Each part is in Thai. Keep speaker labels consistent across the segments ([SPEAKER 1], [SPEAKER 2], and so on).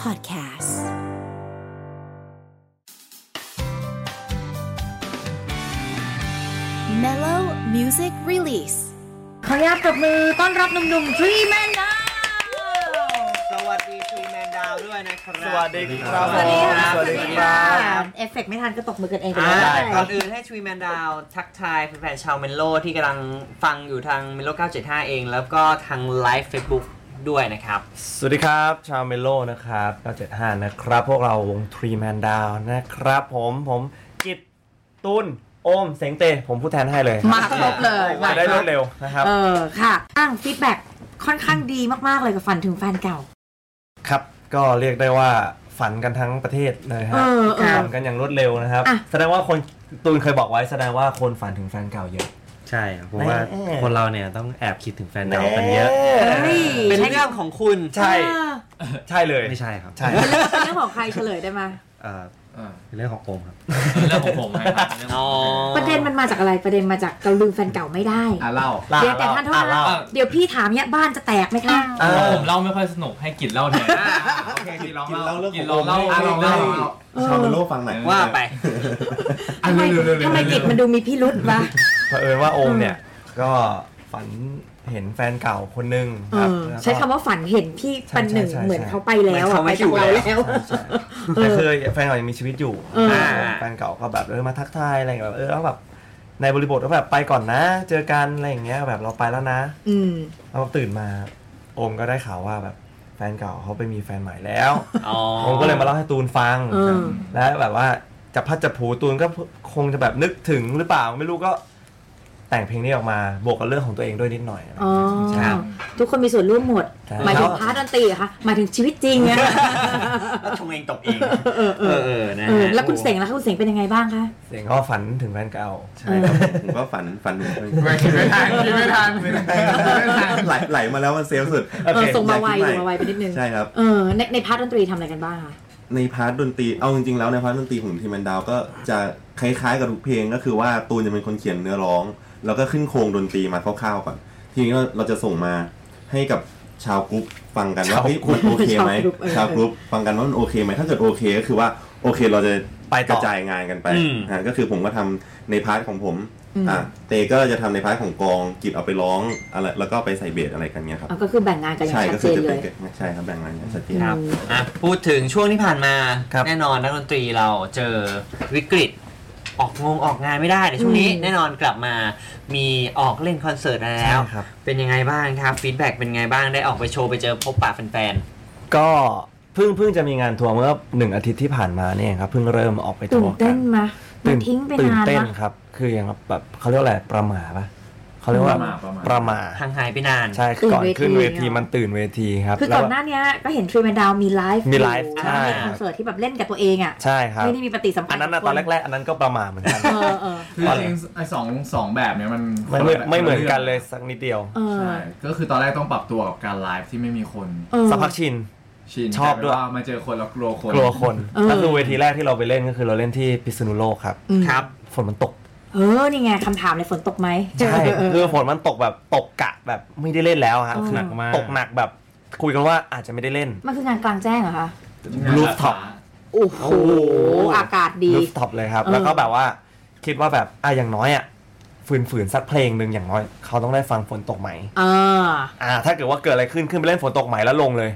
[SPEAKER 1] Podcast Mellow Music Release
[SPEAKER 2] ขออนุญาตปรบมือต้อนรับหนุ่มๆทรีแมนดา
[SPEAKER 3] สวัสดีทรีแมนดาวด้วยนะครับ
[SPEAKER 4] สวัสดีครับ
[SPEAKER 2] สวัสดีค่ะ
[SPEAKER 4] สวัสดีครับ
[SPEAKER 2] เอฟเฟก Ah, ต์ไม่ทันก็ตกมือกันเองไป
[SPEAKER 3] อ่า
[SPEAKER 4] ได้
[SPEAKER 2] แล้ว
[SPEAKER 3] ก่อนอื่นให้ทรีแมนดาวทักทายแฟนๆชาวเมนโลที่กำลังฟังอยู่ทางเมนโล975 เอง แล้วก็ทางไลฟ์ Facebook ด้วยนะครับ
[SPEAKER 4] สวัสดีครับ ชาวเมโลนะครับ 975 นะครับ พวกเราวงทรีแมนดาวนะครับผมผมกิตตุนโอม เสงเต ผมผู้แทนให้เลย
[SPEAKER 2] มาครบเลย
[SPEAKER 4] จะได้รวด
[SPEAKER 2] เลย
[SPEAKER 4] เร็วนะครับ
[SPEAKER 2] เออค่ะอ้างฟีดแบ็กค่อนข้างดีมากๆเลยกับฝันถึงแฟนเก่า
[SPEAKER 4] ครับ ก็เรียกได้ว่าฝันกันทั้งประเทศเลยฮะ
[SPEAKER 2] เออเออ
[SPEAKER 4] ฝันกันอย่างรวดเร็วนะครับ
[SPEAKER 2] อ่ะ
[SPEAKER 4] แสดงว่าคนตูนเคยบอกไว้แสดงว่าคนฝันถึงแฟนเก่าเยอะ
[SPEAKER 5] ใช่เพราะว่า
[SPEAKER 4] แน่
[SPEAKER 5] คนเราเนี่ยต้องแอบคิดถึงแฟนเก่ากันเยอะ
[SPEAKER 2] เฮ้ย
[SPEAKER 3] เป็นเรื่องของคุณ
[SPEAKER 4] ใช่
[SPEAKER 2] เออ
[SPEAKER 4] ใช่เลย
[SPEAKER 5] ไม่ใช่ครับ
[SPEAKER 4] ใช่
[SPEAKER 2] เป็นเรื่องของใครเฉลยได้ไหม
[SPEAKER 5] เอ่อเป็นเรื่องของโอมครับ
[SPEAKER 6] เรื่องของผมนะครับเรื่องข
[SPEAKER 3] อ๋
[SPEAKER 6] อ
[SPEAKER 3] อ
[SPEAKER 6] งผม
[SPEAKER 2] ประเด็นมันมาจากอะไรประเด็นมาจากเราลืมแฟนเก่าไม่ได้
[SPEAKER 6] อ่ะเล่า
[SPEAKER 2] เดี๋ยวแต่ท่านโทษ
[SPEAKER 4] อ่ะ
[SPEAKER 2] นะ
[SPEAKER 4] เล่า
[SPEAKER 2] เดี๋ยวพี่ถามเนี่ยบ้านจะแตกไหมคะ
[SPEAKER 4] เอ
[SPEAKER 6] เพราะ
[SPEAKER 4] อ
[SPEAKER 6] ผมเล่าไม่ค่อยสนุกให้กินเล่าแทนกินลองเล่ากินลองเล่า
[SPEAKER 3] อ่ะลองเล่า
[SPEAKER 7] ชาวโลกฟังหน่อย
[SPEAKER 3] ว่าไป
[SPEAKER 2] ทำไมทำไมกิจมันดูมีพิรุษวะ
[SPEAKER 4] เผอิญว่าโอมเนี่ยก็ฝันเห็นแฟนเก่าคนหนึ่งค
[SPEAKER 2] เอ
[SPEAKER 4] รับ
[SPEAKER 2] อ
[SPEAKER 4] แล้วก็
[SPEAKER 2] ใช้คำว่าฝันเห็นพี่
[SPEAKER 4] ใช่
[SPEAKER 2] ปันหนึ่ง
[SPEAKER 4] ใช่ใช่
[SPEAKER 2] เหมือนเขาไปแล้วอะ
[SPEAKER 3] เหมื
[SPEAKER 2] ไป
[SPEAKER 3] อนเขาไม่อ
[SPEAKER 2] จา
[SPEAKER 3] ยู่
[SPEAKER 2] กเรา
[SPEAKER 3] แล้ว
[SPEAKER 2] แล้ว
[SPEAKER 4] ใช่
[SPEAKER 2] เออ
[SPEAKER 4] แต่คือแฟนเก่ายังมีชีวิตอยู่
[SPEAKER 2] เออ
[SPEAKER 4] าแฟนเก่าก็แบบเออมาทักทายอะไรอย่างเงี้ยแบบเออแล้วแบบในบริบทก็แบบไปก่อนนะ เจอกันอะไรอย่างเงี้ยแบบเราไปแล้วนะ
[SPEAKER 2] อืม
[SPEAKER 4] เราตื่นมาโอมก็ได้ข่าวว่าแบบแฟนเก่าเขาไปมีแฟนใหม่แล้ว
[SPEAKER 3] อ๋อ
[SPEAKER 4] ผมก็เลยมาเล่าให้ตูนฟัง
[SPEAKER 2] เออ
[SPEAKER 4] และแบบว่าจับพัดจับผูตูนก็คงจะแบบนึกถึงหรือเปล่าไม่รู้ก็ แต่งเพลงนี้ออกมาบวกกับเรื่องของตัวเองด้วยนิดหน่อยอะไรอย่าง
[SPEAKER 2] อ๋อ
[SPEAKER 4] เงี้ย
[SPEAKER 2] ทุกคนมีส่วนร่วมหมด
[SPEAKER 4] ใช่
[SPEAKER 2] หมายถึงพาร์ทดนตรีเหรอคะหมายถึงชีวิตจริงอะ
[SPEAKER 3] แล้วชงเองตกเอง
[SPEAKER 2] เออเอ
[SPEAKER 3] เอ
[SPEAKER 2] อ
[SPEAKER 3] อเออนะ
[SPEAKER 2] เออ
[SPEAKER 3] ฮะ
[SPEAKER 2] แล้วคุณเสงล่ะคะคุณเสงเป็นยังไงบ้างคะ
[SPEAKER 4] เสียงก็ฝันถึงแฟนเก่า
[SPEAKER 7] ใช่ครับผมผมก็ฝันฝันหนึ่ง
[SPEAKER 6] ไม่ไม่ทันไม่ทันไม่ทัน
[SPEAKER 7] ไหลไหลมาแล้วมันเซลล์สุด
[SPEAKER 2] เออส่งมาไว
[SPEAKER 7] อยก
[SPEAKER 2] ส่
[SPEAKER 7] คิด
[SPEAKER 2] ง
[SPEAKER 7] ให
[SPEAKER 2] มาไวไปนิดนึง
[SPEAKER 7] ใช่ครับ
[SPEAKER 2] เออในในพาร์ทดนตรีทำอะไรกันบ้างคะ
[SPEAKER 7] ในพาร์ทดนตรีเอาจริงๆแล้วในพาร์ทดนตรีของทีมแมนดาวก็จะคล้ายๆกับทุกเพลงก็คือว่าตูนจะเป็นคนเขียนเนื้อร้อง แล้วก็ขึ้นโครงดนตรีมาคร่าวๆก่อนทีนี้เราจะส่งมาให้กับชาวกรุ๊ปฟังกันว่า
[SPEAKER 4] ชาว
[SPEAKER 7] เฮ้ย
[SPEAKER 4] กรุ๊ป
[SPEAKER 7] มันโอเคไหม
[SPEAKER 2] ชาวกรุ๊ปเออ
[SPEAKER 7] ชาวกรุ๊ปฟังกันว่ามันโอเคไหมถ้าเกิดโอเคก็คือว่าโอเคเราจะ
[SPEAKER 4] ไป
[SPEAKER 7] ก
[SPEAKER 4] ต่
[SPEAKER 7] ระ
[SPEAKER 4] อ
[SPEAKER 7] จายงานกันไปอ่าก็คือผมก็ทำในพาร์ทของผม
[SPEAKER 2] อืม
[SPEAKER 7] อ่าเตก็จะทำในพาร์ทของกลองกิจเอาไปร้องอะไรแล้วก็ไปใส่เบสอะไรกันเนี้ยครับ
[SPEAKER 2] เอาก็คือแบ่งงานกันอย่า
[SPEAKER 7] ใช่
[SPEAKER 2] งชั
[SPEAKER 7] ก็
[SPEAKER 2] ด
[SPEAKER 7] คื
[SPEAKER 2] เจ
[SPEAKER 7] อน จะ
[SPEAKER 2] เล
[SPEAKER 7] เป็น
[SPEAKER 2] ย
[SPEAKER 7] ใช่ครับแบ่งงานอย่างชัดเจน
[SPEAKER 3] ครับอ่ะพูดถึงช่วงที่ผ่านมา
[SPEAKER 4] ครับ
[SPEAKER 3] แน่นอนนักดนตรีเราเจอวิกฤต ออกงงออกงานไม่ได้แต่ช่วงนี้
[SPEAKER 2] อืม
[SPEAKER 3] แน่นอนกลับมามีออกเล่นคอนเสิร์ตแล้
[SPEAKER 4] ใช่
[SPEAKER 3] ว
[SPEAKER 4] ครับ
[SPEAKER 3] เป็นยังไงบ้างครับฟีดแบ็กเป็นไงบ้างได้ออกไปโชว์ไปเจอพบปะแฟน
[SPEAKER 4] ก็เพิ่งเพิ่งจะมีงานทัวร์เมื่อหนึ่งอาทิตย์ที่ผ่านมาเนี่ยครับเพิ่งเริ่มออกไปทั
[SPEAKER 2] ตื่
[SPEAKER 4] วน ร์กั
[SPEAKER 2] เต้นมะมันทิ้งไป
[SPEAKER 4] ตื่น
[SPEAKER 2] นาน
[SPEAKER 4] เต้น
[SPEAKER 2] มะ
[SPEAKER 4] ครับ คืออย่างแบบเขาเรียกว่าอะไรประหมาปะเขาเรียกว่าประหมา
[SPEAKER 3] ๆห่างหายไปนาน
[SPEAKER 4] ใช่
[SPEAKER 2] ตื่น
[SPEAKER 4] ก่อน
[SPEAKER 2] เวที
[SPEAKER 4] ขึ้นเวที
[SPEAKER 2] เหรอ
[SPEAKER 4] มันตื่นเวทีครับ
[SPEAKER 2] คือ
[SPEAKER 4] แล้
[SPEAKER 2] ก่
[SPEAKER 4] ว
[SPEAKER 2] อนหน้าเนี้ยก็เห็นทรีแมนดาวมีไลฟ์
[SPEAKER 4] มีไลฟ์
[SPEAKER 2] อยู่
[SPEAKER 4] ใช่
[SPEAKER 2] แล้วก็มีคอนเสิร์ตที่แบบเล่นกับตัวเองอ่ะ
[SPEAKER 4] ใช่ครับ
[SPEAKER 2] ไม่ได้มีปฏิสัมพันธ์
[SPEAKER 4] อันนั้นนะตอนแรกๆ อันนั้นก็ประหมาเหมือนกัน
[SPEAKER 2] เออเออ
[SPEAKER 6] คือจริงๆไอ้สองสองแบบเนี่ยมัน
[SPEAKER 4] ไม่เหมือนไม่เหมือนกันเลย ยสักนิดเดียว
[SPEAKER 2] เออ
[SPEAKER 6] ใช่ก็คือตอนแรกต้องปรับตัวกับการไลฟ์ที่ไม่มีคน
[SPEAKER 2] เออ
[SPEAKER 4] สักพักชิน
[SPEAKER 6] ชิน
[SPEAKER 4] ชอบด้วย
[SPEAKER 6] แต่ามาเจอคนแล้วกลัวคน
[SPEAKER 4] กลัวคน
[SPEAKER 2] เออ
[SPEAKER 4] ก็คือเวทีแรกที่เราไปเล่นก็คือเราเล่นที่พิษณุโลกครับ
[SPEAKER 2] อืม
[SPEAKER 3] ครับ
[SPEAKER 4] ฝนมันตก
[SPEAKER 2] เออ นี่ไงคำถามเลยฝนตกไหม
[SPEAKER 4] ใช่
[SPEAKER 2] เออเออ
[SPEAKER 4] คือฝนมันตกแบบตกกะแบบไม่ได้เล่นแล้วฮะ
[SPEAKER 2] อ๋อ
[SPEAKER 5] หนักมาก
[SPEAKER 4] ตกหนักแบบคุยกันว่าอาจจะไม่ได้เล่น
[SPEAKER 2] มันคืองานกลางแจ้งเหรอคะ
[SPEAKER 4] รูฟท็อป
[SPEAKER 2] โอ้โห อากาศดี
[SPEAKER 4] รูฟท็อปเลยครับ
[SPEAKER 2] เออ
[SPEAKER 4] แล้วก็แบบว่าคิดว่าแบบอ่ะอย่างน้อยอ่ะฝืนฝืนๆสักเพลงหนึ่งอย่างน้อย เขาต้องได้ฟังฝนตกไหม
[SPEAKER 2] เออ
[SPEAKER 4] อ่า ถ้าเกิดว่าเกิดอะไรขึ้นขึ้นไปเล่นฝนตกไหมแล้วลง เลย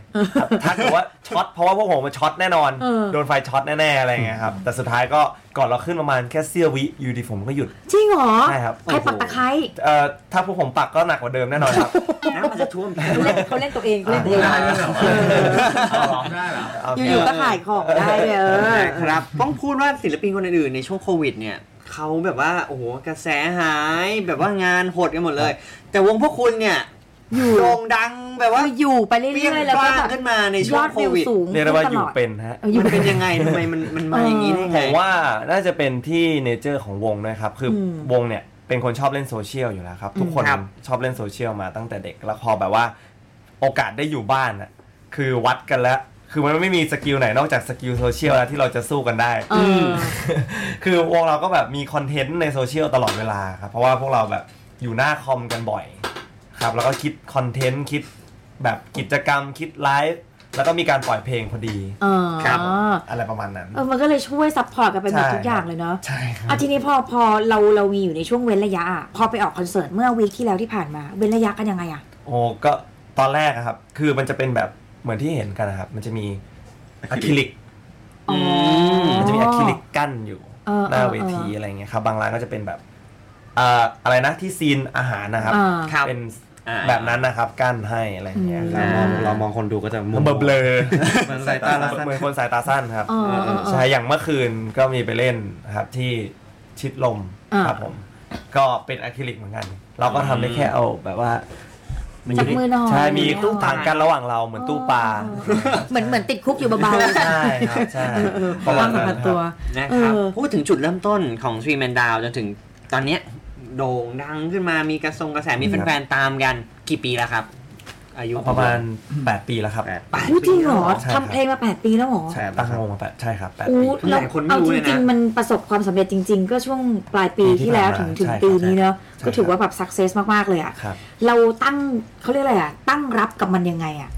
[SPEAKER 4] ถ้าเกิดว่าช็อตเพราะว่าพวกผมมันช็อตแน่นอน
[SPEAKER 2] เออ
[SPEAKER 4] โดนไฟช็อตแน่ๆอะไรอย่างเงี้ยครับแต่สุดท้ายก็ก่อนเราขึ้นประมาณแค่เสี้ยววิอยู่ดีผมก็หยุด
[SPEAKER 2] จริงเหรอ
[SPEAKER 4] ใช่ครับ
[SPEAKER 2] ใครปักตะไคร้
[SPEAKER 4] เอ่อถ้าพวกผมปักก็หนักกว่าเดิมแน่นอนครับ
[SPEAKER 3] น้ำมันจะ ท่วม
[SPEAKER 2] เขาเล่นเขาเล่นตัวเองเขาเล่นตัวเอง
[SPEAKER 6] ได้ด้วยเหรอเอาได้เหรอ
[SPEAKER 2] อยู่ๆก็ขายของได้เลยเออ
[SPEAKER 3] นะครับ ต้องพูดว่าศิลปินคนอื่นๆในช่วงโควิดเนี่ยเขาแบบว่า โอ้โห กระแสหาย แบบว่างานหดกันหมดเลย แต่วงพวกคุณเนี่ย
[SPEAKER 2] อยู่
[SPEAKER 3] โด่งดังแบบว่า
[SPEAKER 2] อยู่ไปเรื่
[SPEAKER 3] เปรี้ยง
[SPEAKER 2] อยๆแล้ว
[SPEAKER 3] ป
[SPEAKER 2] ก็
[SPEAKER 3] ร้าง
[SPEAKER 2] แบบ
[SPEAKER 3] ขึ้นมาใน
[SPEAKER 2] ย
[SPEAKER 3] ช่ว
[SPEAKER 2] อง ด
[SPEAKER 3] โค
[SPEAKER 2] วิว
[SPEAKER 3] วิด
[SPEAKER 2] สูง
[SPEAKER 4] เรียกได้ว่า
[SPEAKER 2] ขึ้น
[SPEAKER 4] อ
[SPEAKER 2] ตล
[SPEAKER 4] ยู่
[SPEAKER 2] อด
[SPEAKER 4] เป็นฮะ
[SPEAKER 2] อยู่
[SPEAKER 3] มันเป็นยังไงทำไมมันมันมาอย่างนี้ได้
[SPEAKER 4] ผ
[SPEAKER 3] ไง
[SPEAKER 4] มว่าน่าจะเป็นที่เนเจอร์ของวงนะครับ คืออ
[SPEAKER 2] ม
[SPEAKER 4] วงเนี่ยเป็นคนชอบเล่นโซเชียลอยู่แล้วครับ ทุกคน
[SPEAKER 3] ครับ
[SPEAKER 4] ชอบเล่นโซเชียลมาตั้งแต่เด็กแล้วพอแบบว่าโอกาสได้อยู่บ้านอะคือวัดกันแล้ว คือมันไม่มีสกิลไหนนอกจากสกิลโซเชียลแล้วที่เราจะสู้กันได้
[SPEAKER 2] เออ
[SPEAKER 4] คือวงเราก็แบบมีคอนเทนต์ในโซเชียลตลอดเวลาครับ เพราะว่าพวกเราแบบอยู่หน้าคอมกันบ่อยครับ แล้วก็คิดคอนเทนต์คิดแบบกิจกรรมคิดไลฟ์ แล้วก็มีการปล่อยเพลงพอดี
[SPEAKER 2] อ๋อ
[SPEAKER 3] ครับ
[SPEAKER 4] อะไรประมาณนั้น
[SPEAKER 2] เออมันก็เลยช่วยซัพพอร์ตกันไปหมด
[SPEAKER 4] ใช่
[SPEAKER 2] ทุกอย่างเลยเนาะ
[SPEAKER 4] ใช่ครับ
[SPEAKER 2] อ่ะทีนี้พอพอเราเรามีอยู่ในช่วงเว้นระยะอะพอไปออกคอนเสิร์ตเมื่อวีคที่แล้วที่ผ่านมา เว้นระยะกันยังไงอะ
[SPEAKER 4] โอ้ก็ตอนแรกอะครับ คือมันจะเป็นแบบเหมือนที่เห็นกันนะครับ มันจะมีอะคริลิก
[SPEAKER 2] อ๋อ
[SPEAKER 4] มันจะมีอะคริลิกกั้นอยู่
[SPEAKER 2] เออ
[SPEAKER 4] หน้า
[SPEAKER 2] เออ
[SPEAKER 4] เวที
[SPEAKER 2] เอออ
[SPEAKER 4] อะไรเงี้ยครับ บางร้านก็จะเป็นแบบอ่าอะไรนะที่ซีนอาหารนะครับ
[SPEAKER 2] อ่า
[SPEAKER 3] ครับ
[SPEAKER 4] เป็น
[SPEAKER 3] อ่า
[SPEAKER 4] แบบนั้นนะครับ กั้นให้อะไรเงี้ยค
[SPEAKER 5] เราม
[SPEAKER 4] รับ
[SPEAKER 5] องเรามองคนดูก็จะมุ
[SPEAKER 4] เบลอเบลอ
[SPEAKER 5] มันสายตาละสั้น
[SPEAKER 4] เหมือนคนสายตาสั้นครับ
[SPEAKER 2] เออเออเออ
[SPEAKER 4] ใช่ อย่างเมื่อคืนก็มีไปเล่นนะครับที่ชิดลม
[SPEAKER 2] อ่า
[SPEAKER 4] ครับผม ก็เป็นอะคริลิกเหมือนกัน เราก็ทำได้แค่เอาแบบว่า
[SPEAKER 5] มันอ
[SPEAKER 2] จั
[SPEAKER 5] ยู่
[SPEAKER 2] บ
[SPEAKER 5] ที่
[SPEAKER 2] มือหน่อย
[SPEAKER 4] ใช่ มี
[SPEAKER 2] อะไรเงี้ย
[SPEAKER 4] ตู้ต่างกันระหว่างเราเหมือนตู้ปลา
[SPEAKER 2] เออเหมือนเหมือนติดคุกอยู่เบาๆ
[SPEAKER 4] ใช่ครับใช่
[SPEAKER 2] เออเออ
[SPEAKER 4] ป
[SPEAKER 2] ควา
[SPEAKER 4] ระ
[SPEAKER 2] ม
[SPEAKER 4] มา
[SPEAKER 2] สั
[SPEAKER 4] ณ
[SPEAKER 2] ม
[SPEAKER 4] นั้นครับ
[SPEAKER 2] พันธ์ตัว
[SPEAKER 3] นะครับ
[SPEAKER 2] เออ
[SPEAKER 3] พูดถึงจุดเริ่มต้นของทรีแมนดาวจนถึงตอนเนี้ยโด่งดังขึ้นมามีกระทรงกระแสมีแฟนๆตามกันกี่ปีแล้วครับ อายุ
[SPEAKER 4] ประมาณ 8 ปีแล้วครับ
[SPEAKER 5] แปด
[SPEAKER 3] แปด
[SPEAKER 2] อู้จริงเหรอ
[SPEAKER 3] ปีแล้ว
[SPEAKER 4] ใช่ครับ
[SPEAKER 2] ทำเพลงมา 8 ปีแล้วเหรอ
[SPEAKER 4] ใช่ตั้งวงมาแปดใช่ครับแปด
[SPEAKER 2] อู้
[SPEAKER 4] ปี
[SPEAKER 3] ห
[SPEAKER 2] เรา
[SPEAKER 3] ลายคนไม่
[SPEAKER 2] เอา
[SPEAKER 3] รู้
[SPEAKER 2] จ
[SPEAKER 3] เลยนะ
[SPEAKER 2] ริงๆ มันประสบความสำเร็จจริง ๆ ก็ช่วงปลายปีที่แล้ว
[SPEAKER 4] ปีที่
[SPEAKER 2] ถึงถึง
[SPEAKER 4] ผ่านมา
[SPEAKER 2] ปีนี้เนอะ
[SPEAKER 4] ใช่
[SPEAKER 2] ก็ถือ
[SPEAKER 4] ครับ
[SPEAKER 2] ว่าแบบสักเซสมากๆเลยอะ
[SPEAKER 4] ครับ
[SPEAKER 2] เราตั้งเขาเรียกอะไรอะตั้งรับกับมันยังไงอะ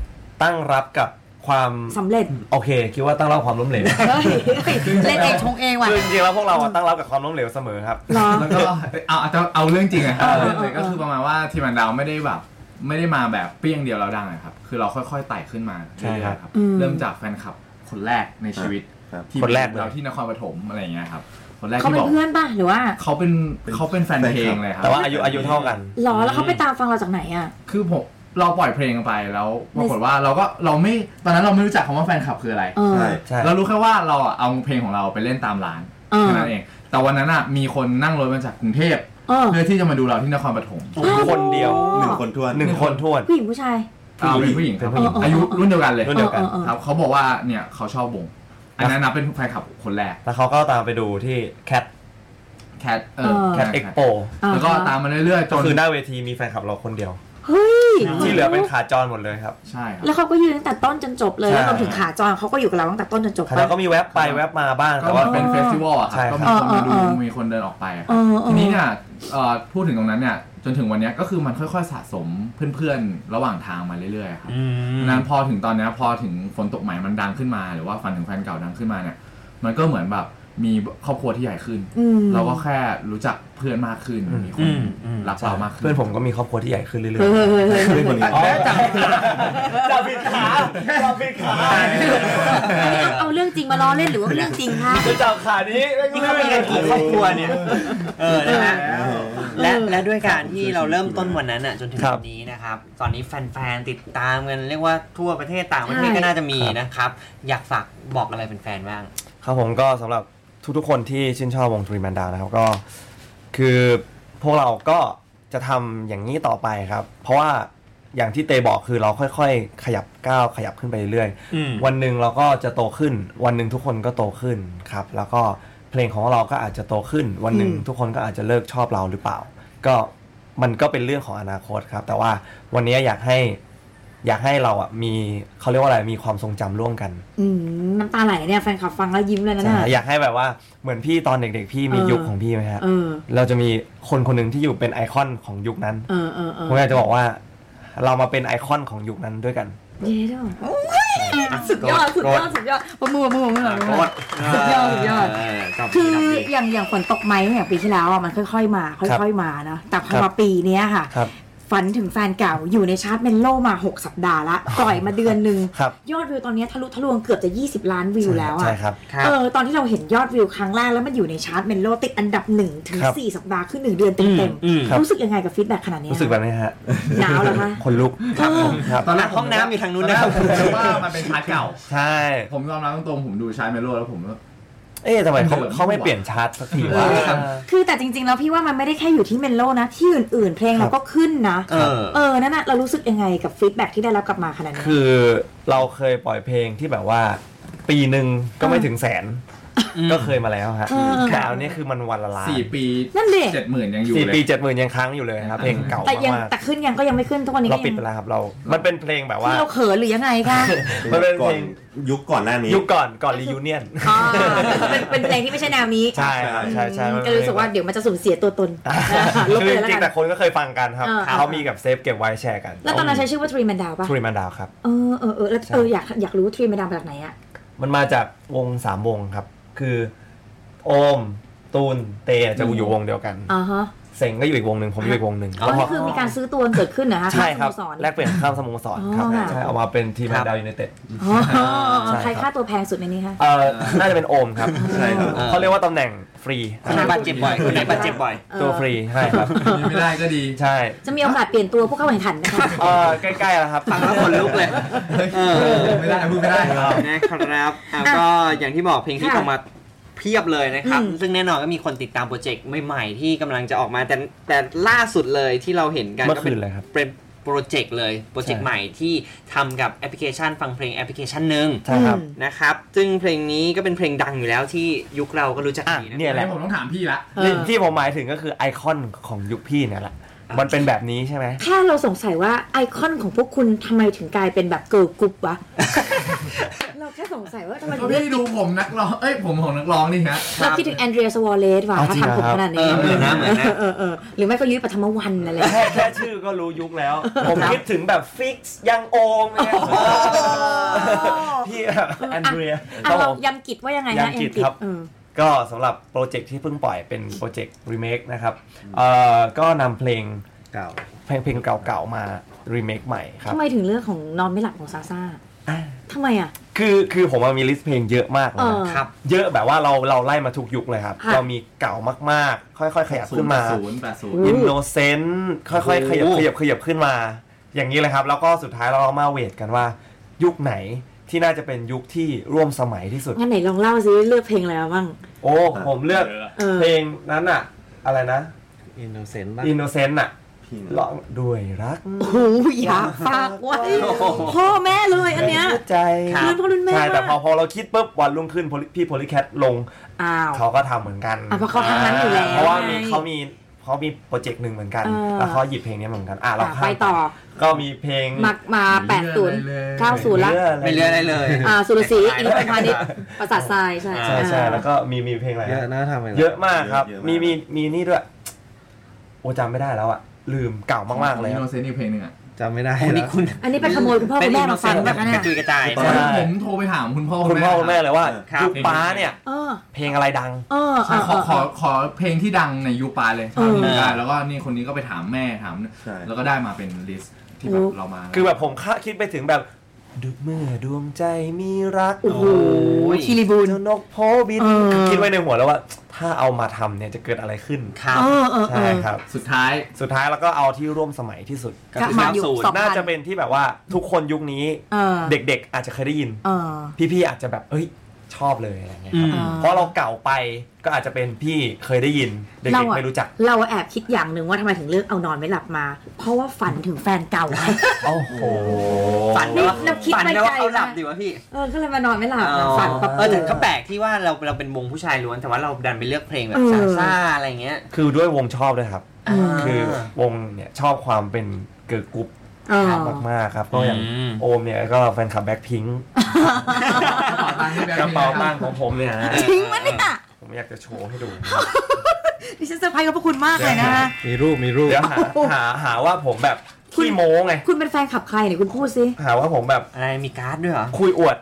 [SPEAKER 4] ตั้งรับกับความ
[SPEAKER 2] สำเร็จ
[SPEAKER 4] โอเค คิดว่าตั้งรับความล้มเหลว
[SPEAKER 2] เฮ้ยเฮ้ยเล่นเองชงเองว่ะ
[SPEAKER 4] คือจริงๆแล้วพวกเราอะตั้งรับกับความล้มเหลวเสมอครับ
[SPEAKER 2] เหรอ
[SPEAKER 6] แล้วก็เอาเอาเอาเรื่องจริงอะครับ
[SPEAKER 4] เออ
[SPEAKER 6] เรื่องจริงก็คือประมาณว่าทีมอันดาวไม่ได้แบบไม่ได้มาแบบเปี้ยงเดียวเราดังอะครับคือเราค่อยๆไต่ขึ้นมาเรื่อยๆครับ
[SPEAKER 2] อืม
[SPEAKER 6] เริ่มจากแฟนคลับคนแรกในชีวิต
[SPEAKER 7] ครับ
[SPEAKER 6] ที่
[SPEAKER 4] คนแรกเลย
[SPEAKER 6] เราที่นครปฐมอะไรอย่างเงี้ยครับคนแรก
[SPEAKER 2] เขา
[SPEAKER 6] ที่
[SPEAKER 2] เป็น
[SPEAKER 6] บอก
[SPEAKER 2] เพื่อนป่ะหรือว่า
[SPEAKER 6] เขาเป็นเขาเป็นแฟนเพลงเลยครั
[SPEAKER 4] แต่ว่าอายุอายุเท่ากัน
[SPEAKER 2] หรอแล้วเขาไปตามฟังเราจากไหนอะ
[SPEAKER 6] คือผมเราปล่อยเพลงไปแล้วปรากฏว่าเราก็เราไม่ตอนนั้นเราไม่รู้จักคำว่าแฟนคลับคืออะไร
[SPEAKER 2] เออ
[SPEAKER 7] ใช่
[SPEAKER 4] ใช่
[SPEAKER 6] เรารู้แค่ว่าเราอะเอาเพลงของเราไปเล่นตามร้าน
[SPEAKER 2] เออ
[SPEAKER 6] แค่นั้นเอง แต่วันนั้นอะมีคนนั่งรถมาจากกรุงเทพ
[SPEAKER 2] เออ
[SPEAKER 6] เพื่อที่จะมาดูเราที่นครปฐม
[SPEAKER 4] คนเดียว
[SPEAKER 7] หนึ่งคนทวน
[SPEAKER 4] หนึ่งคนทวน
[SPEAKER 2] ผู้หญิงผู้ชาย
[SPEAKER 6] อ่าเป็นผู้หญิงครับ
[SPEAKER 4] เป็นผู้หญิง
[SPEAKER 6] อายุรุ่นเดียวกันเลย
[SPEAKER 4] รุ่นเดียวกัน
[SPEAKER 2] เออเออเออ
[SPEAKER 6] ครับเขาบอกว่าเนี่ยเขาชอบวงอันนั้นนับเป็นแฟนคลับคนแรก
[SPEAKER 4] แล้วเขาก็ตามไปดูที่แคท
[SPEAKER 6] แคทเออ
[SPEAKER 2] เออ
[SPEAKER 4] แคทเอ็กโป
[SPEAKER 6] แล้วก็ตามมาเรื่อยๆจ
[SPEAKER 4] ก็
[SPEAKER 6] น
[SPEAKER 4] คือหน้าเวทีมีแฟนคลับเราคนเดียว
[SPEAKER 2] เฮ้ย
[SPEAKER 4] ที่เหลือเป็นขาจรหมดเลยครับ
[SPEAKER 6] ใช่ครับ
[SPEAKER 2] แล้วเขาก็ยืนตั้งแต่ต้นจนจบเลย
[SPEAKER 4] ใช่
[SPEAKER 2] แล้วรวมถึงขาจรเขาก็อยู่กับเราตั้งแต่ต้นจนจบ
[SPEAKER 4] แล้ว
[SPEAKER 2] ปะ
[SPEAKER 4] ก็มีแวบไปแวบมาบ้าง
[SPEAKER 6] ก็
[SPEAKER 4] แต่ว่า
[SPEAKER 6] เป็นเฟสติวัลอะค
[SPEAKER 4] ใช่
[SPEAKER 6] รับ
[SPEAKER 4] ครั
[SPEAKER 6] ก็
[SPEAKER 4] บ
[SPEAKER 6] มีคนมาดู
[SPEAKER 2] เออเออ
[SPEAKER 6] มีคนเดินออกไปอะครั
[SPEAKER 2] เอบ อเออ
[SPEAKER 6] ทีนี้เนี่ยเอ่อพูดถึงตรงนั้นเนี่ยจนถึงวันเนี้ยก็คือมันค่อยๆสะสมเพื่อนๆ ระหว่างทางมาเรื่อยๆครับ
[SPEAKER 3] อืม
[SPEAKER 6] นั้นพอถึงตอนเนี้ยพอถึงฝนตกใหม่มันดังขึ้นมา หรือว่าฝันถึงแฟนเก่าดังขึ้นมาเนี่ย มันก็เหมือนแบบมีครอบครัวที่ใหญ่ขึ้น
[SPEAKER 2] อืม
[SPEAKER 6] เราก็แค่รู้จักเพื่อนมากขึ้นมีค
[SPEAKER 3] อื
[SPEAKER 6] น
[SPEAKER 3] มอืม
[SPEAKER 6] รักเรามากขึ้น
[SPEAKER 4] เพื่อนผมก็มีครอบครัวที่ใหญ่ขึ้นเรื่อย
[SPEAKER 2] เฮ้ยเฮ้ยเฮ้ยเฮ้ย
[SPEAKER 7] เพื่อนคนนี้
[SPEAKER 4] จับผิดขาจับผิดขา
[SPEAKER 2] อันนี้เอาเอาเรื่องจริงมาล้อเล่นหรือว่าเรื่องจริงคะ
[SPEAKER 4] จับขานี้
[SPEAKER 3] นี่เขามีกันกี่ครอบครัวเนี่ย เออนะฮะและและด้วยการที่เราเริ่มต้นวันนั้นอ่ะจนถึงวันนี้นะครับ ตอนนี้แฟนๆติดตามกันเรียกว่าทั่วประเทศต่างประเทศ
[SPEAKER 2] ใช่
[SPEAKER 3] ก็น่าจะมีนะครับ อยากฝากบอกอะไรแฟนๆบ้าง
[SPEAKER 4] ครับผมก็สำหรับทุกๆคนที่ชื่นชอบวงทรีแมนดาวนะครับก็ คือพวกเราก็จะทำอย่างนี้ต่อไปครับ เพราะว่าอย่างที่เตบอกคือเราค่อยๆ ขยับก้าวขยับขึ้นไปเรื่อย
[SPEAKER 3] อืม
[SPEAKER 4] วันหนึ่งเราก็จะโตขึ้น วันหนึ่งทุกคนก็โตขึ้นครับ แล้วก็เพลงของเราก็อาจจะโตขึ้น วันหนึ่ง
[SPEAKER 2] อืม
[SPEAKER 4] ทุกคนก็อาจจะเลิกชอบเราหรือเปล่า ก็มันก็เป็นเรื่องของอนาคตครับ แต่ว่าวันนี้อยากให้อยากให้เราอ่ะมีเขาเรียกว่าอะไรมีความทรงจำร่วมกัน
[SPEAKER 2] อืมน้ำตาไหลเนี่ยแฟนคลับฟังแล้วยิ้มเลยนะ
[SPEAKER 4] ใช่
[SPEAKER 2] น่ะ
[SPEAKER 4] อยากให้แบบว่าเหมือนพี่ตอนเด็กๆ พี่มี
[SPEAKER 2] เออ
[SPEAKER 4] ยุคของพี่ไหมฮะ
[SPEAKER 2] เออ
[SPEAKER 4] เราจะมีคนคนหนึ่งที่อยู่เป็นไอคอนของยุคนั้น
[SPEAKER 2] เออเออเออ
[SPEAKER 4] ผมอยากจะบอกว่า เรามาเป็นไอคอนของยุคนั้นด้วยกัน
[SPEAKER 2] เย้ด้วยสุดยอดสุดยอดสุดยอดประมือประมือประมือหน่อยประมือ สุดยอดสุดยอด
[SPEAKER 3] เตบดี
[SPEAKER 2] คือ
[SPEAKER 3] ตบดี
[SPEAKER 2] อย่างอย่างฝนตกไหมอย่างปีที่แล้วอ่ะมันค่อยๆมา ค่อยๆมานะแต่พ
[SPEAKER 4] ค
[SPEAKER 2] อ
[SPEAKER 4] รั
[SPEAKER 2] มา
[SPEAKER 4] บ
[SPEAKER 2] ปีเนี้ยค่ะ
[SPEAKER 4] ครับ
[SPEAKER 2] ฝันถึงแฟนเก่าอยู่ในชาร์ตเมนโลมา 6 สัปดาห์ละปล่อยมาเดือนหนึ่ง
[SPEAKER 4] ครับ
[SPEAKER 2] ยอดวิวตอนเนี้ยทะลุทะลวงเกือบจะ 20 ล้านวิวแล้วอ่ะ
[SPEAKER 4] ใช่ครับ
[SPEAKER 3] ครับ
[SPEAKER 2] เออตอนที่เราเห็นยอดวิวครั้งแรกแล้วมันอยู่ในชาร์ตเมนโลติดอันดับหนึ่งถึง
[SPEAKER 4] ครับ
[SPEAKER 2] สี่สัปดาห์ขึ้นหนึ่งเดือนเต็ม
[SPEAKER 3] อืมอืม
[SPEAKER 2] ๆรู้สึกยังไงกับฟีดแบ็กขนาดเนี้ย
[SPEAKER 4] รู้สึกแบบนี้ฮะ
[SPEAKER 2] หนาวเหรอคะ
[SPEAKER 4] คน ลุก
[SPEAKER 2] เออ
[SPEAKER 4] ครับ
[SPEAKER 6] ตอนแรก
[SPEAKER 3] ห้องน้ำอยู่ทางนู้นนะครับ
[SPEAKER 6] ตอแรกผมคิดว่ามันเป็นชาร์ตเก่า
[SPEAKER 4] ใช่
[SPEAKER 6] ผมยอมรับตรงๆผมดูชาร์ตเมโลแล้วผมก็
[SPEAKER 4] เอ๊ะทำไมเขา
[SPEAKER 6] เดือด
[SPEAKER 4] เขาไม่เปลี่ยนชาร์ตสักทีวะ
[SPEAKER 6] เออครับ
[SPEAKER 2] คือแต่จริงๆแล้วพี่ว่ามันไม่ได้แค่อยู่ที่เมนโลนะที่อื่นๆ เพลงเราก็ขึ้นนะ
[SPEAKER 3] เออ
[SPEAKER 2] เออนั่นน่ะเรารู้สึกยังไงกับฟีดแบ็กที่ได้รับกลับมาขนาดนี้
[SPEAKER 4] คือเราเคยปล่อยเพลงที่แบบว่า ปีหนึ่งก็ไม่ถึงแสน ก็เคยมาแล้วฮะ
[SPEAKER 2] เออ
[SPEAKER 4] แต่อันนี้คือมันวันละล้าน
[SPEAKER 6] สี่ปี
[SPEAKER 2] นั่นดิ
[SPEAKER 6] เจ็ดหมื่นยังอยู่
[SPEAKER 4] สี่
[SPEAKER 6] เลย
[SPEAKER 4] ปีเจ็ดหมื่นยังค้างอยู่เลยครับเพลงเก่า
[SPEAKER 2] แต่ยัง
[SPEAKER 4] มาก
[SPEAKER 2] แต่ขึ้นยังก็ยังไม่ขึ้นทุกวัน
[SPEAKER 4] ๆ
[SPEAKER 2] นี้
[SPEAKER 4] เรา
[SPEAKER 2] ก็
[SPEAKER 4] ปิด
[SPEAKER 2] ยัง
[SPEAKER 4] ไปแล้วครับเรา มันเป็นเพลงแบบว่า
[SPEAKER 2] ที่เราเขินหรือยังไง คะ
[SPEAKER 4] มันเป็นเพ
[SPEAKER 7] ก่อ
[SPEAKER 4] ล
[SPEAKER 7] น
[SPEAKER 4] ง
[SPEAKER 7] ยุคก่อนหน้านี้
[SPEAKER 4] ยุคก่อนก่อนรียูเนียน
[SPEAKER 2] อ๋อเป็นเป็นเพลงที่ไม่ใช่แนวนี้
[SPEAKER 4] ใช่ครับใช่ใช่
[SPEAKER 2] อื
[SPEAKER 4] มัน
[SPEAKER 2] ม
[SPEAKER 4] เป็
[SPEAKER 2] ก็
[SPEAKER 4] น
[SPEAKER 2] รู้สึกว่าเดี๋ยวมันจะสูญเสียตัวตนลบ
[SPEAKER 4] คื
[SPEAKER 2] ไป
[SPEAKER 4] อจ
[SPEAKER 2] เลยแล้ว
[SPEAKER 4] ริ
[SPEAKER 2] กั
[SPEAKER 4] งๆ
[SPEAKER 2] น
[SPEAKER 4] แต่คนก็เคยฟังกันครับ
[SPEAKER 2] เออ
[SPEAKER 4] เขามีกับเซฟเก็บไว้แชร์กัน
[SPEAKER 2] แล้วตอนนั้นใช้ชื่อว่าทรีแมนดาวป่ะ
[SPEAKER 4] ทรีมันดาวครับ
[SPEAKER 2] เออเออเออแล้วเอออยากอยากรู้ทรีแมนดาวมาจากไหนอ่ะ
[SPEAKER 4] มันมาจากวงสามวงครับ คือโอม ตูน เตจะอยู่วงเดียวกัน
[SPEAKER 2] อ่าฮะ
[SPEAKER 4] เซ็งก็อยู่อีกวงหนึ่งผมอยู่อีกวงหนึ่ง
[SPEAKER 2] อ๋อนี่คือมีการซื้อตัวเกิดขึ้นนะฮะ
[SPEAKER 4] ใช่ครับ
[SPEAKER 2] สโมส
[SPEAKER 4] แลกเปลี่ยนข้ามสโมสรครับ
[SPEAKER 2] อ๋อ
[SPEAKER 4] ใช่เอามาเป็นทีม
[SPEAKER 3] ครับ
[SPEAKER 4] ดาวยูไนเต็ด
[SPEAKER 2] อ๋อ
[SPEAKER 4] ใช่ครับ
[SPEAKER 2] ใครค่าตัวแพงสุดในนี้คะ
[SPEAKER 4] เอ่อน่าจะเป็นโอมครับ
[SPEAKER 7] ใช่ครับ
[SPEAKER 4] เขาเรียกว่าตำแหน่งฟรี
[SPEAKER 3] คนไหนบาดเจ็บบ่อยคนไหนบาดเจ็บบ่อย
[SPEAKER 4] ตัวฟรีใช่ครับ
[SPEAKER 6] ยังไม่ได้ก็ดี
[SPEAKER 4] ใช่
[SPEAKER 2] จะมีโอกาสเปลี่ยนตัวพวกเข้าแข่งขันไหมคะ
[SPEAKER 4] เอ่อใกล้ๆแล้วครับ
[SPEAKER 3] ฟังแล้วขนลุกเลย เออ
[SPEAKER 6] ไม่ได้พูดไม่ได้
[SPEAKER 3] นะครับอ่ะก็อย่างที่บอกเพลงที่
[SPEAKER 2] ค่ะ
[SPEAKER 3] ออกมาเพียบเลยนะครับ
[SPEAKER 2] อืม
[SPEAKER 3] ซึ่งแน่นอนก็มีคนติดตามโปรเจกต์ใหม่ๆ ที่กำลังจะออกมาแต่แต่ล่าสุดเลยที่เราเห็นกัน
[SPEAKER 4] เมื่อ
[SPEAKER 3] ก็
[SPEAKER 4] คื
[SPEAKER 3] เป็น
[SPEAKER 4] นเลยครับ
[SPEAKER 3] เป็นโปรเจกต์เลยโปรเจก
[SPEAKER 4] ใช่
[SPEAKER 3] ต์ใหม่ที่ทำกับแอปพลิเคชันฟังเพลงแอปพลิเคชันหนึ่ง
[SPEAKER 4] ใช่ครับ
[SPEAKER 2] อืม
[SPEAKER 3] นะครับ ซึ่งเพลงนี้ก็เป็นเพลงดังอยู่แล้วที่ยุคเราก็รู้จักดีนะ
[SPEAKER 4] เนี่ยแห
[SPEAKER 6] แล้
[SPEAKER 4] ละ
[SPEAKER 6] วผมต้องถามพี่ละ
[SPEAKER 2] เออ
[SPEAKER 4] ที่ผมหมายถึงก็คือไอคอนของยุคพี่เนี่ยแหละมันเป็นแบบนี้ใช่ไหม
[SPEAKER 2] แค่เราสงสัยว่าไอคอนของพวกคุณทำไมถึงกลายเป็นแบบเกิร์ลกรุ๊ปวะ เราแค่สงสัยว่าทำไมถึงเลือก
[SPEAKER 6] พี่ดูผมนักร้อง เอ้ย ผมของนักร้องนี่ฮะ
[SPEAKER 2] เราคิดถึงแอนเดรียสวอลเลสว่ะ
[SPEAKER 4] เอา
[SPEAKER 2] ถ้า
[SPEAKER 4] จริงเหรอ
[SPEAKER 2] ทำผม
[SPEAKER 4] ครับ
[SPEAKER 2] ขนาด
[SPEAKER 3] เอ
[SPEAKER 2] นี้
[SPEAKER 3] อเหมือนนะเหมือนนะ
[SPEAKER 2] เออเออหรือไม่ก็ยุ้ยปฐมวันอะไร
[SPEAKER 4] แค่แค่ชื่อก็รู้ยุคแล้ว ผมคิดถึงแบบฟิกซ์ยังโอมเนี่ยพี่แอนเดรียค
[SPEAKER 2] อ่ะ
[SPEAKER 4] รับผ
[SPEAKER 2] เรา
[SPEAKER 4] ม
[SPEAKER 2] ยำกิดว่ายังไงนะ
[SPEAKER 4] ยำกิจครับ
[SPEAKER 2] เออ
[SPEAKER 4] ก็สำหรับโปรเจกต์ที่เพิ่งปล่อยเป็นโปรเจกต์รีเมคนะครับเอ่อก็นำเพลง
[SPEAKER 5] เก่า
[SPEAKER 4] เพลงเพลงเก่าๆมารีเมคใหม่ครับ
[SPEAKER 2] ทำไมถึงเรื่องของนอนไม่หลับของซาซ่าทำไมอ่ะ
[SPEAKER 4] คือคือผมอะมีลิสต์เพลงเยอะมากเลย
[SPEAKER 2] เออ
[SPEAKER 4] นะครับ เยอะแบบว่าเราเราไล่มาทุกยุคเลยครับ
[SPEAKER 2] ค่ะ
[SPEAKER 4] เรามีเก่ามากๆ ค่อยๆ ขยับขึ้นมา
[SPEAKER 6] ศูนย์แปดศูนย์
[SPEAKER 4] อินโนเซนต์ค่อยๆ ขยับ
[SPEAKER 3] โอ้โห
[SPEAKER 4] ขยับขยับขึ้นมา อย่างนี้เลยครับ แล้วก็สุดท้ายเราเอามาเวทกันว่า ยุคไหนที่น่าจะเป็นยุคที่ร่วมสมัยที่สุด
[SPEAKER 2] งั้นไหนลองเล่าซิเลือกเพลงอะไรมาบ้าง
[SPEAKER 4] โอ้ผมเลือก
[SPEAKER 2] เออ
[SPEAKER 4] เพลงนั้นอะอะไรนะ
[SPEAKER 5] อินโนเซนต์บ้าง
[SPEAKER 4] อินโนเซนต์อะ
[SPEAKER 7] พี่นะ
[SPEAKER 4] ร้องด้วยรัก
[SPEAKER 2] โอ้โหอยากฝากไว้พ่อแม่เลยอันเนี้ย
[SPEAKER 4] หัวใจ
[SPEAKER 2] ครับรุ่นพ่อรุ่นแม่
[SPEAKER 4] ใช่แต่พอ
[SPEAKER 2] มาก
[SPEAKER 4] พอเราคิดปุ๊บวันรุ่งขึ้น Poly- พี่โพลิแคทลง
[SPEAKER 2] อ้าว
[SPEAKER 4] เขาก็ทำเหมือนกัน
[SPEAKER 2] อ่ะเพราะเขาทำนั้นอยู่แล้ว
[SPEAKER 4] เพราะว่ามี
[SPEAKER 2] ไง
[SPEAKER 4] เขามีเขามีโปรเจกต์หนึ่งเหมือนกัน
[SPEAKER 2] เออ
[SPEAKER 4] แล้วเขาหยิบเพลงนี้เหมือนกันอ่ะเรา
[SPEAKER 2] อ่ะ
[SPEAKER 4] ข้าม
[SPEAKER 2] ไปต่อ
[SPEAKER 4] ก็มีเพลง
[SPEAKER 2] มามาแปดศูนย์เก้าศูนย์ละ
[SPEAKER 3] ไม่เลือกได้เลย
[SPEAKER 2] อ่า สุรศรีอินทรพานิชประสาททรายใช่
[SPEAKER 4] ใช่ใช่แล้ว
[SPEAKER 2] อ่า
[SPEAKER 4] ก็มีมีเพลงอะไร
[SPEAKER 5] เย
[SPEAKER 4] นะ
[SPEAKER 5] อะน่าทำเลยน
[SPEAKER 4] เยอะมากครับ
[SPEAKER 7] เยอะ
[SPEAKER 4] มี
[SPEAKER 7] มาก
[SPEAKER 4] มีมีนี่ด้วย โอ้จำไม่ได้แล้วอะลืมเก่ามากๆเลย
[SPEAKER 6] อิน
[SPEAKER 4] อะ
[SPEAKER 6] โนเซนต์อีกเพลงหนึ่งอ่ะ
[SPEAKER 5] จำไม่ได้
[SPEAKER 3] โอ้
[SPEAKER 5] แล้
[SPEAKER 3] นี่
[SPEAKER 5] ว
[SPEAKER 3] คุณ
[SPEAKER 2] อันนี้ไปขโมยคุณพ่อ
[SPEAKER 3] เป็
[SPEAKER 2] คุ
[SPEAKER 3] นอิ
[SPEAKER 2] ณแม่
[SPEAKER 3] นโน
[SPEAKER 2] มา
[SPEAKER 3] เซ
[SPEAKER 2] ฟั
[SPEAKER 3] น
[SPEAKER 2] ง
[SPEAKER 3] ต์แบ
[SPEAKER 2] แบบ บนั้น
[SPEAKER 3] ก
[SPEAKER 2] อ่ะ
[SPEAKER 3] ระจุยกระจาย
[SPEAKER 4] ใช่
[SPEAKER 6] ผมโทรไปถามคุณพ่อ
[SPEAKER 4] คุณพ่อคุณแม่เลยว่า
[SPEAKER 3] ครับ
[SPEAKER 4] ยุคป้าเนี่ย
[SPEAKER 2] เออ
[SPEAKER 4] เพลงอะไรดัง
[SPEAKER 2] เออเอ
[SPEAKER 6] ใช่
[SPEAKER 2] อ
[SPEAKER 6] ขอข
[SPEAKER 2] เอ
[SPEAKER 6] อ
[SPEAKER 2] อ
[SPEAKER 6] ขอเพลงที่ดังในยุคปาเลย
[SPEAKER 2] เออ
[SPEAKER 6] ทำได้แล้วก็นี่คนนี้ก็ไปถามแม่ถาม
[SPEAKER 7] ใช่
[SPEAKER 6] แล้วก็ได้มาเป็นลิสต์ที่แบบเรามา
[SPEAKER 4] คือแบบผมคาดคิดไปถึงแบบดึกเมื่อดวงใจมีรัก
[SPEAKER 2] โอ้โหชีริบูน
[SPEAKER 4] เจ้านกโพบิน
[SPEAKER 2] เออ
[SPEAKER 4] คิดไว้ในหัวแล้วว่า ถ้าเอามาทำเนี่ยจะเกิดอะไรขึ้น
[SPEAKER 3] ครับ
[SPEAKER 2] เออเออเอ
[SPEAKER 4] ใช่
[SPEAKER 2] อ
[SPEAKER 4] ครับ
[SPEAKER 6] สุดท้าย
[SPEAKER 4] สุดท้ายแล้วก็เอาที่ร่วมสมัยที่สุด
[SPEAKER 2] กลับมาอยู่สอง
[SPEAKER 4] น่า
[SPEAKER 2] พัน
[SPEAKER 4] จะเป็นที่แบบว่าทุกคนยุคนี้
[SPEAKER 2] เออ
[SPEAKER 4] เด็กๆ อาจจะเคยได้ยิน
[SPEAKER 2] เออ
[SPEAKER 4] พี่ๆอาจจะแบบเอ้ยชอบเลยอะไรเงี้ย
[SPEAKER 3] อื
[SPEAKER 4] ครับ
[SPEAKER 3] ม
[SPEAKER 4] เพราะเราเก่าไปก็อาจจะเป็นพี่เคยได้ยิน เด็ก
[SPEAKER 2] เรา
[SPEAKER 4] ๆ
[SPEAKER 2] อะ
[SPEAKER 4] ไม่รู้จัก
[SPEAKER 2] เราแอบคิดอย่างหนึ่งว่าทำไมถึงเลือกเอานอนไม่หลับมา เพราะว่าฝันถึงแฟนเก่าไง
[SPEAKER 4] โอ้โห
[SPEAKER 3] ฝันแล้ว
[SPEAKER 2] เราคิด
[SPEAKER 3] ฝัน
[SPEAKER 2] ไปไกล
[SPEAKER 3] แล้วว่าเขา
[SPEAKER 2] นะ
[SPEAKER 3] หลับดีวะพี่
[SPEAKER 2] เออก็เลยมานอนไม่หลับ
[SPEAKER 3] อ๋อ
[SPEAKER 2] ฝันแบบ
[SPEAKER 3] เออแต่ก็แปลกที่ว่าเราเราเป็นวงผู้ชายล้วนแต่ว่าเราดันไปเลือกเพลงแบ
[SPEAKER 2] เอบ อ
[SPEAKER 3] ซาซ่าอะไรเงี้ย
[SPEAKER 4] คือด้วยวงชอบด้วยครับ
[SPEAKER 2] อืม
[SPEAKER 4] คือวงเนี่ยชอบความเป็นเกิร์ลกรุ๊ป
[SPEAKER 2] เออ
[SPEAKER 4] มากๆครับ ก็อย่าง
[SPEAKER 3] อืม
[SPEAKER 4] โอมเนี่ยก็แฟนคลับแบ็คพิงกระเป๋าตังค์ของผมเนี่ยฮะ
[SPEAKER 2] จริงมั้ยเนี่ย
[SPEAKER 4] ผมอยากจะโชว์ให้ดู
[SPEAKER 2] ดิฉันเซอร์ไพรส์กับพวกคุณมากเลยนะฮะ
[SPEAKER 5] มีรูป มีรูป
[SPEAKER 4] เดี๋ยวหาหาหาว่าผมแบบขี้โม้ไง
[SPEAKER 2] คุณเป็นแฟนขับใครเนี่ยคุณพูดสิ
[SPEAKER 4] หาว่าผมแบบ
[SPEAKER 3] อะไรมีการ์ดด้วยเหรอ
[SPEAKER 4] คุยอวด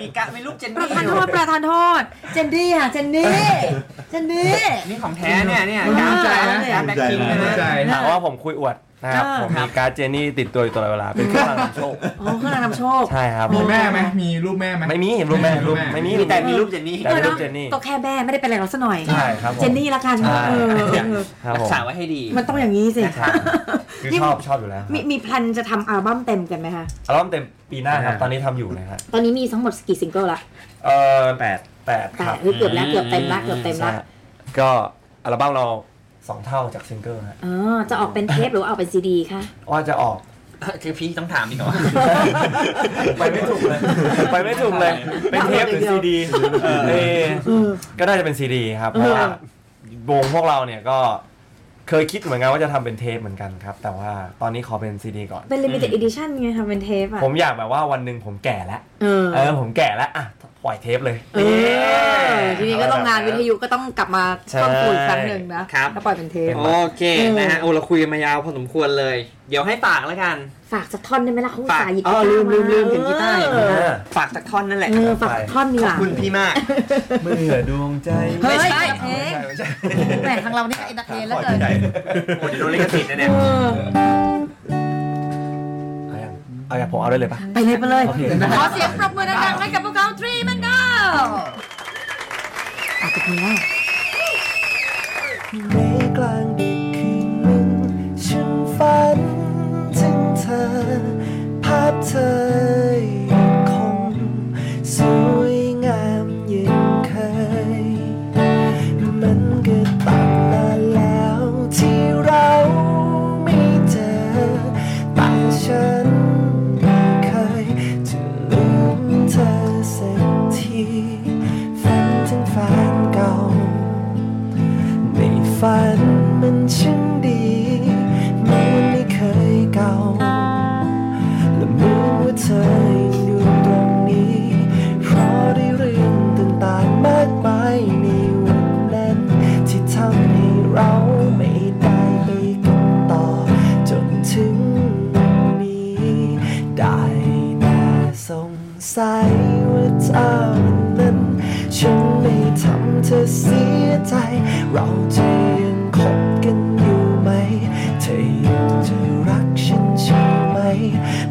[SPEAKER 3] มีการ์ดมีรูปเจน
[SPEAKER 2] ประ
[SPEAKER 3] นี่
[SPEAKER 2] ธาน
[SPEAKER 3] อ
[SPEAKER 2] โท
[SPEAKER 3] ยู่
[SPEAKER 2] ษประธานโทษเจนดี้อ่ะเจนนี่เจนนี่
[SPEAKER 3] นี่ของแท้เนี่ยเนี่ย
[SPEAKER 2] น่า
[SPEAKER 3] การ์ด
[SPEAKER 2] ใจนะ
[SPEAKER 3] การ์ดแบ็คพิงค์
[SPEAKER 7] น่า
[SPEAKER 3] นะ
[SPEAKER 6] ใจ
[SPEAKER 4] หาว่าผมคุยอวดนะครับ
[SPEAKER 2] เออ
[SPEAKER 4] ผมมีการ์ดเจนี่ติดตัวอยู่ตลอดเวลา เป็นเครื่องรางนำโชค
[SPEAKER 2] โอ้เครื่องรางนำโชค
[SPEAKER 4] ใช่ครับ
[SPEAKER 6] มีแม่ไหมมีรูปแม่ไหม
[SPEAKER 4] ไม่มีรูปแม่รูปไม่มี
[SPEAKER 3] มีแต่มีรูปเจนนี่
[SPEAKER 4] แต่
[SPEAKER 2] อ
[SPEAKER 4] เป็
[SPEAKER 2] อน
[SPEAKER 4] รูปเจนนี่
[SPEAKER 2] ก็แค่แม่ไม่ได้เป็นอะไรหรอกซะหน่อย
[SPEAKER 4] ใช่ครับผม
[SPEAKER 2] เจนนี่ละกัน
[SPEAKER 4] ใช่
[SPEAKER 2] เออเออ
[SPEAKER 4] ครับ
[SPEAKER 3] รั
[SPEAKER 4] ผ
[SPEAKER 3] ก
[SPEAKER 4] ม
[SPEAKER 3] ษาไว้ให้ดี
[SPEAKER 2] มันต้องอย่างนี้สิ
[SPEAKER 4] ครับคือชอบชอบอยู่แล้วครับ
[SPEAKER 2] มีมีแพลนจะทำอัลบั้มเต็มกันไหมคะ
[SPEAKER 4] อัลบั้มเต็มปีหน้าครับ
[SPEAKER 5] อ่า
[SPEAKER 4] ตอนนี้ทำอยู่นะฮะ
[SPEAKER 2] ตอนนี้มีทั้งหมดกี่ซิงเกิลละ
[SPEAKER 4] เออ
[SPEAKER 5] แปด
[SPEAKER 4] แปด
[SPEAKER 2] แป
[SPEAKER 4] ครับ
[SPEAKER 2] ดคือเกือบแล้วเกือบเต็มละเกือบเต็ม
[SPEAKER 4] ใช่
[SPEAKER 2] ละ
[SPEAKER 4] ฮะก็อัลบั้มเราสองเท่าจากซิงเกิลฮะ
[SPEAKER 2] เออจะออกเป็นเทปหรือว่าเอาเป็นซีดีคะ
[SPEAKER 4] ว่าจะออก
[SPEAKER 3] เอ่อคือพี่ต้องถามอีกเหรอ
[SPEAKER 4] ไปไม่ถูกเลย ไปไม่ถูกเลย เป็นเทปหรือซีดีเออก็น่าจะเป็นซีดีครับเพราะว่าวงพวกเราเนี่ยก็เคยคิดเหมือนกันว่าจะทำเป็นเทปเหมือนกันครับ แต่ว่าตอนนี้ขอเป็นซีดีก่อน
[SPEAKER 2] เป็น limited edition ไงทำเป็นเทปอ่ะ
[SPEAKER 4] ผมอยากแบบว่าวันหนึ่งผมแก่แล้ว
[SPEAKER 2] เออ
[SPEAKER 4] เออผมแก่แล้วอ่ะปล่อยเทปเลย
[SPEAKER 2] เออทีนี้ก็ต้องงานวิทยุก็ต้องกลับมา
[SPEAKER 4] ใช่
[SPEAKER 2] ต้องปูอีกครั้งหนึ่งนะครับ แล้วปล่อยเป็นเทป
[SPEAKER 3] โอเคนะฮะโอ้เราคุยกันมายาวพอสมควรเลย เดี๋ยวให้ฝากแล้วกัน
[SPEAKER 2] ฝากสักท่อนได้ไหมล่ะเขาอุต
[SPEAKER 3] ฝาก
[SPEAKER 2] ส่าห์หยิบ
[SPEAKER 3] อ๋อลืมลืมลืมถึงกีตาร์
[SPEAKER 2] เอ
[SPEAKER 3] เอ
[SPEAKER 2] อ
[SPEAKER 4] อ่า
[SPEAKER 3] ฝากสักท่อนนั่นแหละ
[SPEAKER 2] เออฝากสักท่อนดีก
[SPEAKER 3] ขอบ
[SPEAKER 2] ว่า
[SPEAKER 3] คุณพี่มาก
[SPEAKER 5] เมื่อดวงใจ
[SPEAKER 2] เฮ้ย
[SPEAKER 3] ไม่ใช่
[SPEAKER 2] เพลง
[SPEAKER 4] ไม่ใช่
[SPEAKER 2] แหมทางเรานี่ก็เอ็นเตอร์เทนแล้วเกิน
[SPEAKER 3] โอ้เดี๋ยวโดนลิขสิทธิ์นะเนี่ย
[SPEAKER 2] เออ
[SPEAKER 4] เอาอย่างเอาอย่างผมเอาได้เลยปะ
[SPEAKER 2] ไปเลยไปเลย
[SPEAKER 4] โอเค
[SPEAKER 2] ขอเสียงปรบมือดังๆให้กับพวกเขาทรีมันดาวอาจจะเป็นแล้ว
[SPEAKER 8] ในกลางดึกคืนหนึ่งฉันฝันถึงเธอ ภาพเธอยังคง สวยงามยังเคย มันก็ตั้งนานแล้วที่เราไม่เจอ แต่ฉันไม่เคยจะลืมเธอสักทีฝันถึงแฟนเก่า ในฝันมันช่างดีเหมือนไม่เคยเก่า และเหมือนว่าเธอยังอยู่ตรงนี้ เพราะได้เรื่องต่างๆมากมายในวันนั้น ที่ทำให้เราไม่ได้ไปกันต่อ จนถึงวันนี้ ได้แต่สงสัยว่าเธอนั้น ฉันไม่ทำเธอเสียใจ เราจะยังคบกันอยู่ไหม เธอยังจะรักฉันใช่ไหม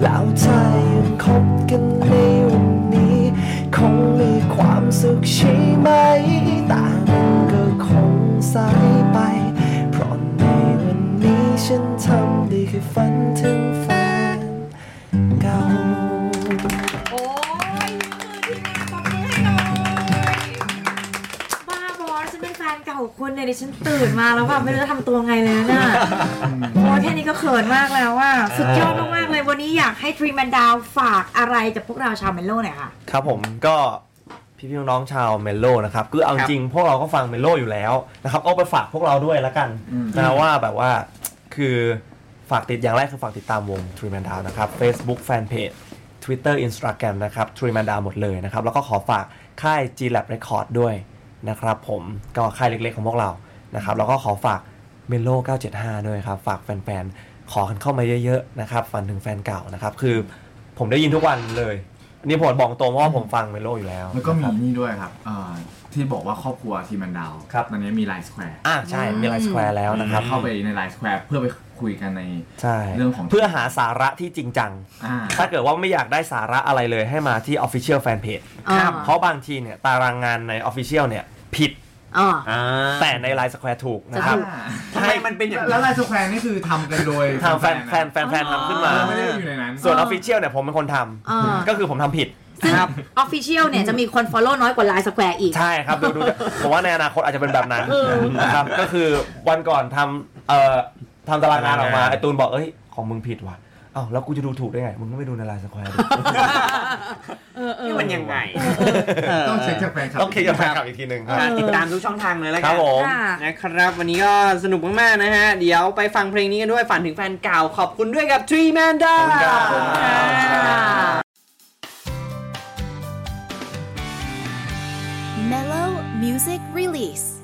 [SPEAKER 8] แล้วเธอยังคบกันในวันนี้ คงมีความสุขใช่ไหม แต่มันก็คงสายไป เพราะในวันนี้ฉันทำได้แค่ฝันถึงแฟนเก่า
[SPEAKER 2] โอ้ยคือทีมงานปรบมือให้หน่อยบ้าบอฉันเป็นแฟนเก่าของคุณเนี่ยดิฉันตื่นมาแล้วแบบไม่รู้จะทำตัวไงเลยนะเนี่ยโอ้ยแค่นี้ก็เขินมากแล้วว่า สุดยอดมากๆเลยวันนี้อยากให้ทรีแมนดาวฝากอะไรกับพวกเราชาวเมนโล่หน่อยค่ะ
[SPEAKER 4] ครับผมก็พี่ๆน้องๆชาวเมโลนะครับคือเอาจริงพวกเราก็ฟังเมโลอยู่แล้วนะครับเอาไปฝากพวกเราด้วยละกัน
[SPEAKER 6] อืม
[SPEAKER 4] นะว่าแบบว่าคือฝากติดอย่างแรกคือฝากติดตามวง t r e e Man Down นะครับ Facebook Fanpage Twitter Instagram นะครับ t r e e Man Down หมดเลยนะครับ แล้วก็ขอฝากค่าย G Lab Record ด้วยนะครับผมก็ค่ายเล็กๆของพวกเรานะครับแล้วก็ขอฝากเมโล975 ด้วยครับ ฝากแฟนๆขอกันเข้ามาเยอะๆนะครับฝันถึงแฟนเก่านะครับคือผมได้ยินทุกวันเลย อันนี้ผมบอกตรงเพราะว่าผมฟังเมโลอยู่แล้ว
[SPEAKER 6] แล้วก็มี
[SPEAKER 4] นะครับ
[SPEAKER 6] นี่ด้วยครับเอ่อที่บอกว่าครอบครัวทีมแมันดาว
[SPEAKER 4] ครับ
[SPEAKER 6] ตอนนี้มีไลน์สแควร์
[SPEAKER 4] อ่าใช่มีไลน์สแควร์แล้วนะครับ
[SPEAKER 6] เข้าไปในไลน์สแควร์เพื่อไปคุยกันใน
[SPEAKER 4] ใช่
[SPEAKER 6] เรื่องของ
[SPEAKER 4] เพื่อหาสาระที่จริงจัง
[SPEAKER 6] อ่า
[SPEAKER 4] ถ้าเกิดว่าไม่อยากได้สาระอะไรเลยให้มาที่ Official Fanpage
[SPEAKER 2] อ่า
[SPEAKER 4] เพราะบางทีเนี่ยตารางงานใน Official เนี่ยผิด
[SPEAKER 2] อ๋อ
[SPEAKER 3] อ่า
[SPEAKER 4] แต่ในไลน์สแควร์ถูกนะครับ
[SPEAKER 2] จะถูก
[SPEAKER 3] ทำไมมันเป็นอย่างนั้
[SPEAKER 6] แล้วน ไลน์สแควร์นี่คือทำกันโดย
[SPEAKER 4] ทำแฟนแฟนแฟนแฟนทำขึ้นมา
[SPEAKER 6] ไม่ได้อยู่ในนั้น
[SPEAKER 4] ส่วน Official เนี่ยผมเป็นคนท
[SPEAKER 2] อ่า
[SPEAKER 4] ำก็คือผมทำผิด
[SPEAKER 2] ซึ่งออฟฟิเชียลเนี่ยจะมีคนฟอลโล่น้อยกว่าไลน์สแควร์อีก
[SPEAKER 4] ใช่ครับ ดูดูผมว่าในอนาคตอาจจะเป็นแบบนั้นนะครับก็คือวันก่อนทำเอ่อทำตารางงานออกมาไอตูนบอกเอ้ย ของมึงผิดว่ะเอ้าวแล้วกูจะดูถูกได้ไง มึงก็ไม่ดูในไลน์สแควร์
[SPEAKER 3] นี่มันยังไง
[SPEAKER 6] ต้องเช็คจากแฟนคลับ
[SPEAKER 4] ต้องเคลียร์กับแฟนคลับอีกทีหนึ่งครับ
[SPEAKER 3] การติดตามทุกช่องทางเลยแล้ว
[SPEAKER 4] ค
[SPEAKER 3] กั
[SPEAKER 4] รับ
[SPEAKER 3] น
[SPEAKER 4] ผม
[SPEAKER 2] ค่ะ
[SPEAKER 3] นะครับ วันนี้ก็สนุกมาก ๆ นะฮะ เดี๋ยวไปฟังเพลงนี้กันด้วยฝันถึงแฟนเก่าขอบคุณด้วยกับ Tree Man d o
[SPEAKER 4] ขอบคุณครับ
[SPEAKER 1] Mellow Music Release.